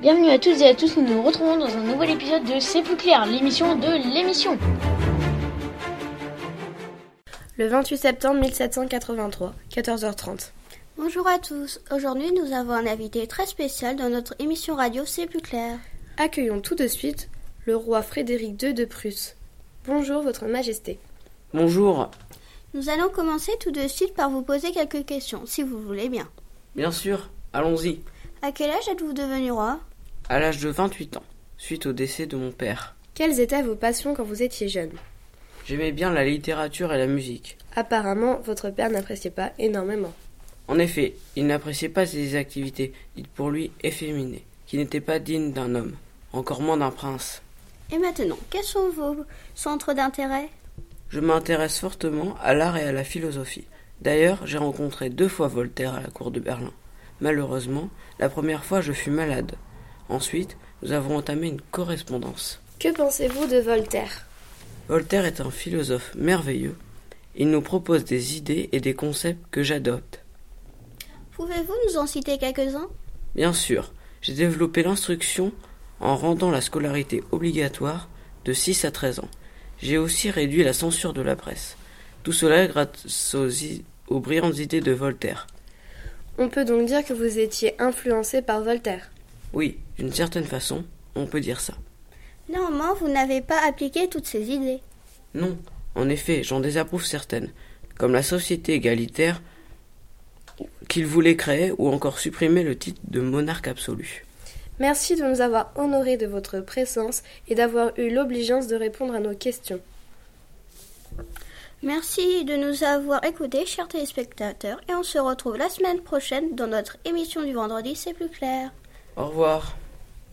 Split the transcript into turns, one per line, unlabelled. Bienvenue à toutes et à tous, nous nous retrouvons dans un nouvel épisode de C'est plus clair, l'émission de l'émission.
Le 28 septembre 1783, 14h30.
Bonjour à tous. Aujourd'hui, nous avons un invité très spécial dans notre émission radio C'est plus clair.
Accueillons tout de suite le roi Frédéric II de Prusse. Bonjour, Votre Majesté.
Bonjour,
Nous allons commencer tout de suite par vous poser quelques questions, si vous voulez bien.
bien sûr, allons-y.
À quel âge êtes-vous devenu roi
À l'âge de 28 ans, suite au décès de mon père,
Quelles étaient vos passions quand vous étiez jeune
j'aimais bien la littérature et la musique.
Apparemment, votre père n'appréciait pas énormément.
En effet, il n'appréciait pas ces activités, dites pour lui efféminées, qui n'étaient pas dignes d'un homme, encore moins d'un prince.
Et maintenant, quels sont vos centres d'intérêt
Je m'intéresse fortement à l'art et à la philosophie. D'ailleurs, j'ai rencontré deux fois Voltaire à la cour de Berlin. Malheureusement, la première fois je fus malade. Ensuite, nous avons entamé une correspondance.
Que pensez-vous de Voltaire
Voltaire est un philosophe merveilleux. Il nous propose des idées et des concepts que j'adopte.
Pouvez-vous nous en citer quelques-uns
Bien sûr, j'ai développé l'instruction en rendant la scolarité obligatoire de 6 à 13 ans. J'ai aussi réduit la censure de la presse. Tout cela grâce aux, i- aux brillantes idées de Voltaire.
On peut donc dire que vous étiez influencé par Voltaire.
Oui, d'une certaine façon, on peut dire ça.
Néanmoins, vous n'avez pas appliqué toutes ces idées.
Non, en effet, j'en désapprouve certaines, comme la société égalitaire qu'il voulait créer ou encore supprimer le titre de monarque absolu.
Merci de nous avoir honorés de votre présence et d'avoir eu l'obligeance de répondre à nos questions.
Merci de nous avoir écoutés, chers téléspectateurs, et on se retrouve la semaine prochaine dans notre émission du vendredi C'est plus clair.
Au revoir.